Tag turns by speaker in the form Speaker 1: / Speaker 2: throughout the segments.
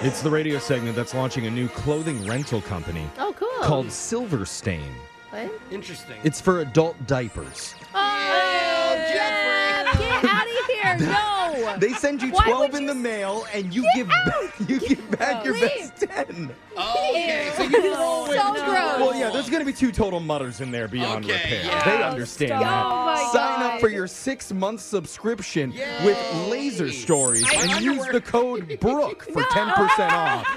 Speaker 1: It's the radio segment that's launching a new clothing rental company
Speaker 2: Oh, cool.
Speaker 1: called Silver Stain.
Speaker 2: What?
Speaker 3: Interesting.
Speaker 1: It's for adult diapers.
Speaker 2: Oh, Jeffrey. Get out of here. No.
Speaker 4: They send you
Speaker 2: Why
Speaker 4: 12
Speaker 2: would
Speaker 4: in
Speaker 2: you
Speaker 4: the
Speaker 2: s-
Speaker 4: mail and you give back, you give back your
Speaker 2: Leave.
Speaker 4: best 10.
Speaker 3: Oh, okay. So
Speaker 2: Ew.
Speaker 3: you roll with
Speaker 2: So
Speaker 3: no.
Speaker 2: gross.
Speaker 4: Well, yeah, there's going to be two total mutters in there beyond
Speaker 3: Okay,
Speaker 4: repair.
Speaker 3: yeah.
Speaker 4: They
Speaker 2: Oh,
Speaker 4: understand
Speaker 2: stop.
Speaker 4: that.
Speaker 2: Oh, my
Speaker 4: Sign up for
Speaker 2: God.
Speaker 4: your six month subscription
Speaker 3: Yay.
Speaker 4: with Laser Stories
Speaker 3: I-
Speaker 4: and use
Speaker 3: underwear.
Speaker 4: the code BROOK for 10% off.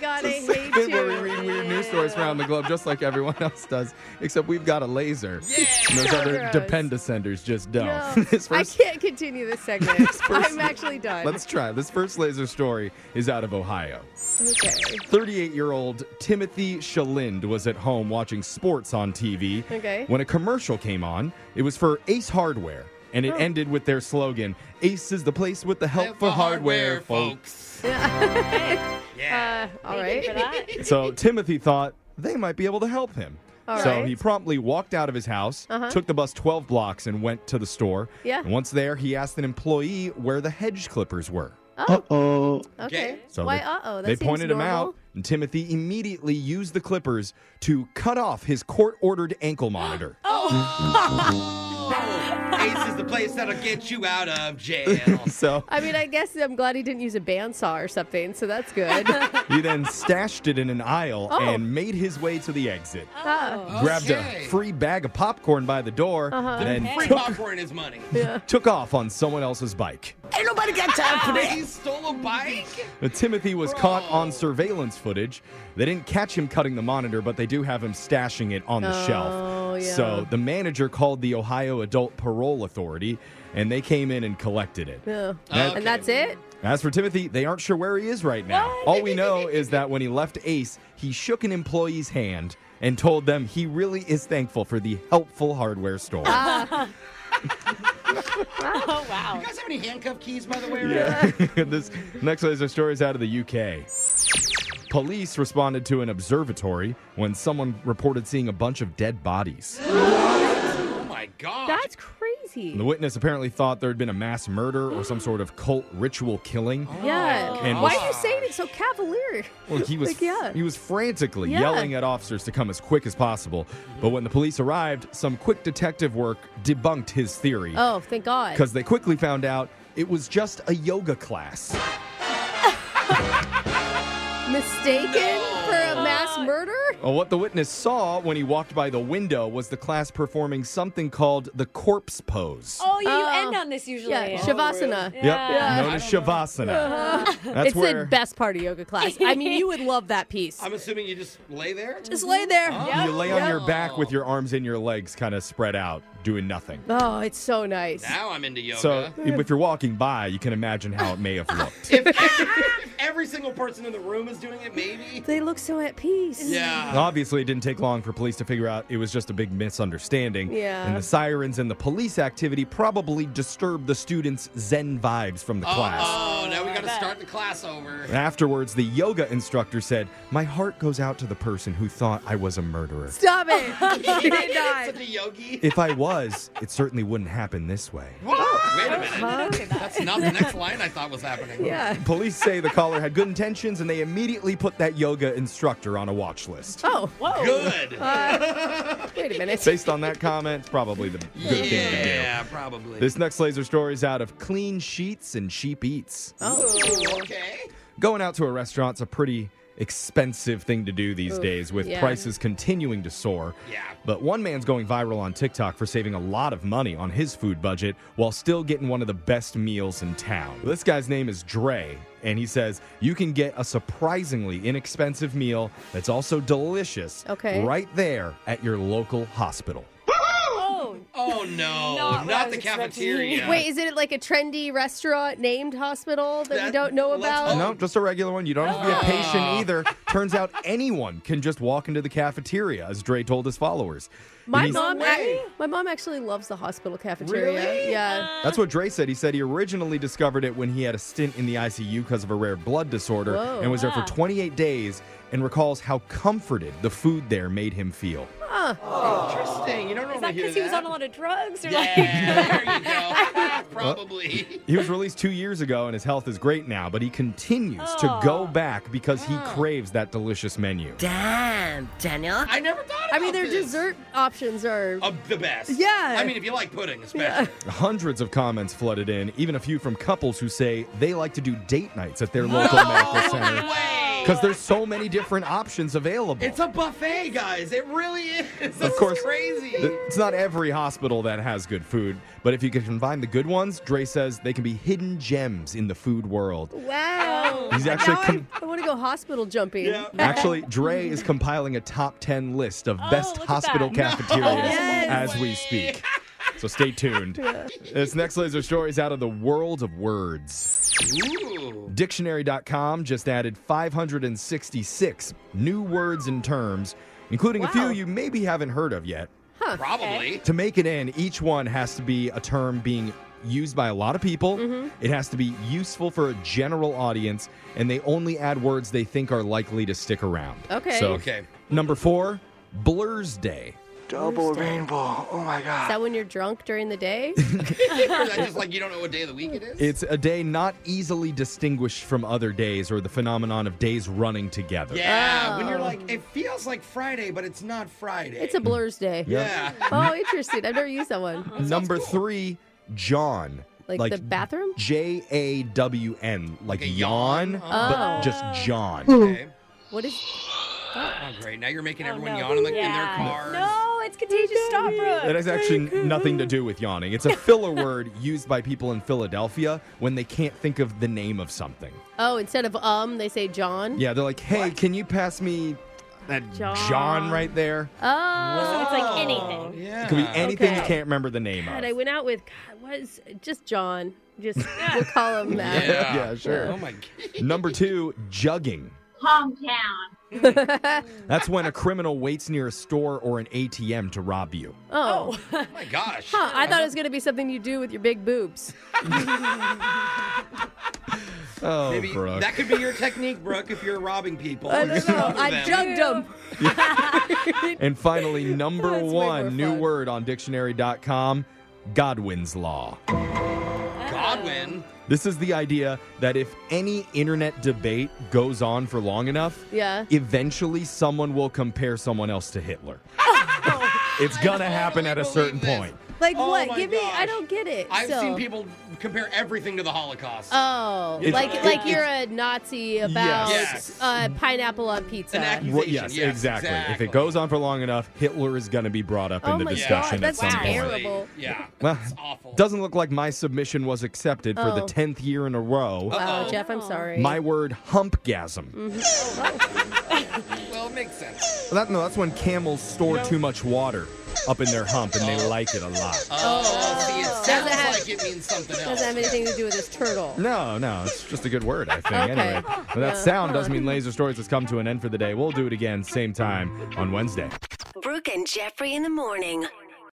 Speaker 2: God, I hate
Speaker 4: Segment where we read weird news stories around the globe just like everyone else does, except we've got a laser. And those
Speaker 2: So
Speaker 4: other
Speaker 2: gross.
Speaker 4: dependescenders just don't.
Speaker 2: No.
Speaker 4: This
Speaker 2: I
Speaker 4: first-
Speaker 2: can't continue this segment.
Speaker 4: person-
Speaker 2: I'm actually done.
Speaker 4: Let's try. This first laser story is out of Ohio.
Speaker 2: Okay.
Speaker 4: 38 year old Timothy Shalind was at home watching sports on TV
Speaker 2: Okay.
Speaker 4: when a commercial came on. It was for Ace Hardware, and
Speaker 2: Oh.
Speaker 4: it ended with their slogan Ace is the place with the help for hardware, folks.
Speaker 2: Uh, all right.
Speaker 4: So Timothy thought they might be able to help him.
Speaker 2: All
Speaker 4: so
Speaker 2: right. Uh-huh.
Speaker 4: he promptly walked out of his house, took the bus 12 blocks, and went to the store.
Speaker 2: Yeah.
Speaker 4: And once there, he asked an employee where the hedge clippers were.
Speaker 2: Okay.
Speaker 4: So
Speaker 2: Why?
Speaker 4: they-
Speaker 2: Uh oh.
Speaker 4: they pointed him out, and Timothy immediately used the clippers to cut off his court ordered ankle monitor.
Speaker 2: Oh.
Speaker 3: Ace is the place that'll get you out of jail.
Speaker 4: So
Speaker 2: I mean, I guess I'm glad he didn't use a bandsaw or something, so that's good.
Speaker 4: he then stashed it in an aisle
Speaker 2: Oh.
Speaker 4: and made his way to the exit.
Speaker 2: Oh.
Speaker 4: Grabbed
Speaker 3: Okay.
Speaker 4: a free bag of popcorn by the door,
Speaker 2: Uh-huh.
Speaker 4: and then
Speaker 3: Free
Speaker 4: took,
Speaker 3: popcorn is money.
Speaker 4: took off on someone else's bike.
Speaker 3: He stole a bike?
Speaker 4: But Timothy was caught
Speaker 2: Oh.
Speaker 4: on surveillance footage. They didn't catch him cutting the monitor, but they do have him stashing it on the
Speaker 2: Oh,
Speaker 4: shelf.
Speaker 2: yeah.
Speaker 4: So the manager called the Ohio Adult Parole Authority, and they came in and collected it.
Speaker 2: Yeah.
Speaker 4: That-
Speaker 2: And that's it?
Speaker 4: As for Timothy, they aren't sure where he is right now. All we know is that when he left Ace, he shook an employee's hand and told them he really is thankful for the helpful hardware store.
Speaker 2: Ah.
Speaker 3: You guys have any handcuff keys, by the way?
Speaker 4: Yeah. this next laser story is out of the UK. Police responded to an observatory when someone reported seeing a bunch of dead bodies.
Speaker 3: Oh my gosh.
Speaker 2: That's crazy.
Speaker 4: The witness apparently thought there had been a mass murder or some sort of cult ritual killing.
Speaker 5: Oh.
Speaker 2: Yeah.
Speaker 4: And
Speaker 2: Why
Speaker 4: was-
Speaker 2: are you saying it so cavalier?
Speaker 4: Well, he was
Speaker 2: Like, yeah.
Speaker 4: he was frantically
Speaker 2: Yeah.
Speaker 4: yelling at officers to come as quick as possible. But when the police arrived, some quick detective work debunked his theory
Speaker 2: Oh, thank God.
Speaker 4: because they quickly found out it was just a yoga class.
Speaker 2: Mistaken for a mass
Speaker 5: Uh,
Speaker 2: mass murder?
Speaker 4: Well, what the witness saw when he walked by the window was the class performing something called the corpse pose.
Speaker 5: Oh, you,
Speaker 2: Oh.
Speaker 5: you end on this usually.
Speaker 2: Yeah, Shavasana.
Speaker 4: Yep, known as Shavasana. That's
Speaker 2: It's
Speaker 4: where
Speaker 2: the best part of yoga class. I mean, you would love that piece.
Speaker 3: I'm assuming you just lay there.
Speaker 2: Just lay there.
Speaker 3: Mm-hmm.
Speaker 4: you lay on your back with your arms and your legs kind of spread out, doing nothing.
Speaker 2: Oh, it's so nice.
Speaker 3: Now I'm into yoga.
Speaker 4: So if you're walking by, you can imagine how it may have looked.
Speaker 3: if, if every single person in the room is doing it, maybe.
Speaker 2: They look so at peace.
Speaker 3: Yeah.
Speaker 4: Obviously, it didn't take long for police to figure out it was just a big misunderstanding.
Speaker 2: Yeah.
Speaker 4: And the sirens and the police activity probably disturbed the students' zen vibes from the class.
Speaker 3: Oh, now we got to start the class over.
Speaker 4: Afterwards, the yoga instructor said, My heart goes out to the person who thought I was a murderer.
Speaker 2: Stop it. she did not.
Speaker 3: Such a yogi.
Speaker 4: If I was, it certainly wouldn't happen this way.
Speaker 3: Whoa, wait a minute. That's not the next line I thought was happening.
Speaker 2: Yeah.
Speaker 4: Police say the caller had good intentions and they immediately put that yoga instructor on a watch list.
Speaker 2: Oh, whoa.
Speaker 3: Good.
Speaker 2: Wait a minute.
Speaker 4: Based on that comment, it's probably the good thing to do.
Speaker 3: yeah, probably.
Speaker 4: This next laser story is out of Clean Sheets and Cheap Eats.
Speaker 2: Oh,
Speaker 3: Ooh, okay.
Speaker 4: Going out to a restaurant's a pretty expensive thing to do these days with
Speaker 2: yeah.
Speaker 4: prices continuing to soar.
Speaker 3: Yeah.
Speaker 4: But one man's going viral on TikTok for saving a lot of money on his food budget while still getting one of the best meals in town. This guy's name is Dre, and he says you can get a surprisingly inexpensive meal that's also delicious
Speaker 2: Okay.
Speaker 4: right there at your local hospital.
Speaker 5: Oh,
Speaker 3: Oh
Speaker 5: Not
Speaker 3: no, not,
Speaker 5: what I was
Speaker 3: the
Speaker 5: expecting.
Speaker 3: cafeteria.
Speaker 2: Wait, is it like a trendy restaurant named hospital that, we
Speaker 3: That-
Speaker 2: don't know
Speaker 3: let's
Speaker 2: about?
Speaker 3: hope-
Speaker 4: No, just a regular one. You don't have to be a patient
Speaker 2: Oh.
Speaker 4: either. Turns out anyone can just walk into the cafeteria, as Dre told his followers.
Speaker 2: My
Speaker 4: He's-
Speaker 2: mom,
Speaker 3: way.
Speaker 2: ac- my mom actually loves the hospital cafeteria.
Speaker 3: Really? Uh,
Speaker 2: Yeah.
Speaker 4: That's what Dre said. He said he originally discovered it when he had a stint in the ICU because of a rare blood disorder
Speaker 2: Whoa.
Speaker 4: and was there for 28 days and recalls how comforted the food there made him feel.
Speaker 3: Interesting. You don't
Speaker 5: is
Speaker 3: normally
Speaker 5: that
Speaker 3: hear
Speaker 5: because
Speaker 3: that.
Speaker 5: he was on a lot of drugs or
Speaker 3: yeah, there you go. Probably.
Speaker 4: He was released two years ago and his health is great now, but he continues to
Speaker 2: Oh.
Speaker 4: go back because he craves that delicious menu.
Speaker 6: Damn, Daniel.
Speaker 3: I never thought. About
Speaker 2: I mean, their
Speaker 3: this.
Speaker 2: dessert options are.
Speaker 3: Of Uh, the best.
Speaker 2: Yeah.
Speaker 3: I mean, if you like pudding, especially.
Speaker 4: Hundreds of comments flooded in, even a few from couples who say they like to do date nights at their local medical center
Speaker 3: Way.
Speaker 4: because there's so many different options available.
Speaker 3: It's a buffet, guys. It really is. This
Speaker 4: Of course.
Speaker 3: is crazy.
Speaker 4: It's not every hospital that has good food, but if you can find the good ones, Dre says they can be hidden gems in the food world.
Speaker 3: Oh,
Speaker 2: Wow.
Speaker 4: He's actually
Speaker 2: Now
Speaker 4: com-
Speaker 2: I, want to go hospital jumping.
Speaker 3: Yeah.
Speaker 4: Actually, Dre is compiling a top 10 list
Speaker 3: Oh,
Speaker 4: of best
Speaker 5: look at
Speaker 4: hospital
Speaker 5: that.
Speaker 4: cafeterias
Speaker 2: Yes.
Speaker 4: as we speak. So stay tuned. This next laser story is out of the world of words.
Speaker 3: Ooh.
Speaker 4: Dictionary.com just added 566 new words and terms, including a few
Speaker 2: Wow.
Speaker 4: you maybe haven't heard of yet.
Speaker 3: Probably.
Speaker 4: To make it in, each one has to be a term being used by a lot of people.
Speaker 2: Mm-hmm.
Speaker 4: It has to be useful for a general audience, and they only add words they think are likely to stick around.
Speaker 2: Okay.
Speaker 4: So,
Speaker 3: Okay.
Speaker 4: Number four, Blur's Day.
Speaker 7: Double rainbow. Oh my
Speaker 2: Is
Speaker 7: god.
Speaker 2: that when you're drunk during the day?
Speaker 3: Or is that just like you don't know what day of the week it is?
Speaker 4: It's a day not easily distinguished from other days or the phenomenon of days running together.
Speaker 3: yeah. When you're like, it feels like Friday, but it's not Friday.
Speaker 2: it's a blur's day.
Speaker 3: yeah.
Speaker 2: Oh, interesting. I've never used that one.
Speaker 4: Number three, John.
Speaker 2: Like the bathroom?
Speaker 4: J A W N. Like,
Speaker 3: a
Speaker 4: yawn,
Speaker 3: yawn?
Speaker 2: Oh.
Speaker 4: but just John.
Speaker 3: Okay.
Speaker 2: What is?
Speaker 3: Oh, great. Now you're making everyone
Speaker 5: no.
Speaker 3: yawn in, the, in their
Speaker 5: Yeah.
Speaker 3: cars.
Speaker 2: Oh,
Speaker 5: No, it's contagious. Stop,
Speaker 4: It
Speaker 5: Brooke.
Speaker 4: has actually nothing to do with yawning. It's a filler word used by people in Philadelphia when they can't think of the name of something.
Speaker 2: Oh, instead of um, they say John.
Speaker 4: Yeah, they're like, hey, can you pass me that John,
Speaker 2: John.
Speaker 4: right there?
Speaker 2: Oh.
Speaker 5: So it's like anything.
Speaker 3: Yeah.
Speaker 4: it could be anything
Speaker 2: Uh,
Speaker 4: you
Speaker 2: Okay.
Speaker 4: can't remember the name
Speaker 2: God,
Speaker 4: of.
Speaker 2: I went out with God. What is just John? Just we'll call him that.
Speaker 3: Yeah.
Speaker 4: yeah, sure.
Speaker 3: Oh my god.
Speaker 4: Number two, jugging. Calm down. That's when a criminal waits near a store or an ATM to rob you.
Speaker 2: Oh,
Speaker 3: Oh my gosh.
Speaker 2: Huh, I thought it was gonna be something you do with your big boobs.
Speaker 4: Oh,
Speaker 3: Maybe
Speaker 4: Brooke.
Speaker 3: that could be your technique, Brooke, if you're robbing people.
Speaker 2: I don't know. I
Speaker 3: Them.
Speaker 2: jugged them.
Speaker 4: And finally, number
Speaker 2: That's way more
Speaker 4: one new
Speaker 2: fun.
Speaker 4: word on dictionary.com Godwin's Law.
Speaker 3: Godwin.
Speaker 4: This is the idea that if any internet debate goes on for long enough,
Speaker 2: Yeah.
Speaker 4: eventually
Speaker 2: Oh,
Speaker 4: someone will compare someone else to Hitler. it's gonna happen at a
Speaker 3: believe
Speaker 4: certain
Speaker 3: this.
Speaker 4: point.
Speaker 2: Like
Speaker 3: Oh
Speaker 2: what?
Speaker 3: my
Speaker 2: Give me. I
Speaker 3: gosh.
Speaker 2: don't get it.
Speaker 3: I've
Speaker 2: so-
Speaker 3: seen people compare everything to the Holocaust.
Speaker 2: Oh,
Speaker 3: It's-
Speaker 2: like
Speaker 3: it-
Speaker 2: like
Speaker 3: it's-
Speaker 2: you're a Nazi about
Speaker 3: Yes.
Speaker 2: uh, pineapple on pizza.
Speaker 4: Well, yes, exactly. If it goes on for long enough, Hitler is going to be brought up
Speaker 2: Oh
Speaker 4: in the
Speaker 2: my God,
Speaker 4: discussion
Speaker 2: that's
Speaker 4: at some point.
Speaker 2: terrible.
Speaker 3: Yeah.
Speaker 4: Well, doesn't look like my submission was accepted for the
Speaker 2: Oh.
Speaker 4: tenth year in a row.
Speaker 2: Wow, uh, Jeff, I'm sorry.
Speaker 4: My word, humpgasm.
Speaker 3: well, it makes sense.
Speaker 4: That, no, that's when camels store too much water up in their hump and they like it a lot.
Speaker 3: Oh, see, it
Speaker 2: Doesn't
Speaker 3: sounds
Speaker 2: have-
Speaker 3: like it means something else.
Speaker 2: Doesn't have anything to do with this turtle.
Speaker 4: No, no, it's just a good word, I think.
Speaker 2: Okay.
Speaker 4: Anyway, but
Speaker 2: Yeah.
Speaker 4: that sound does mean Laser Stories has come to an end for the day. We'll do it again, same time on Wednesday.
Speaker 2: Brooke and Jeffrey in the morning.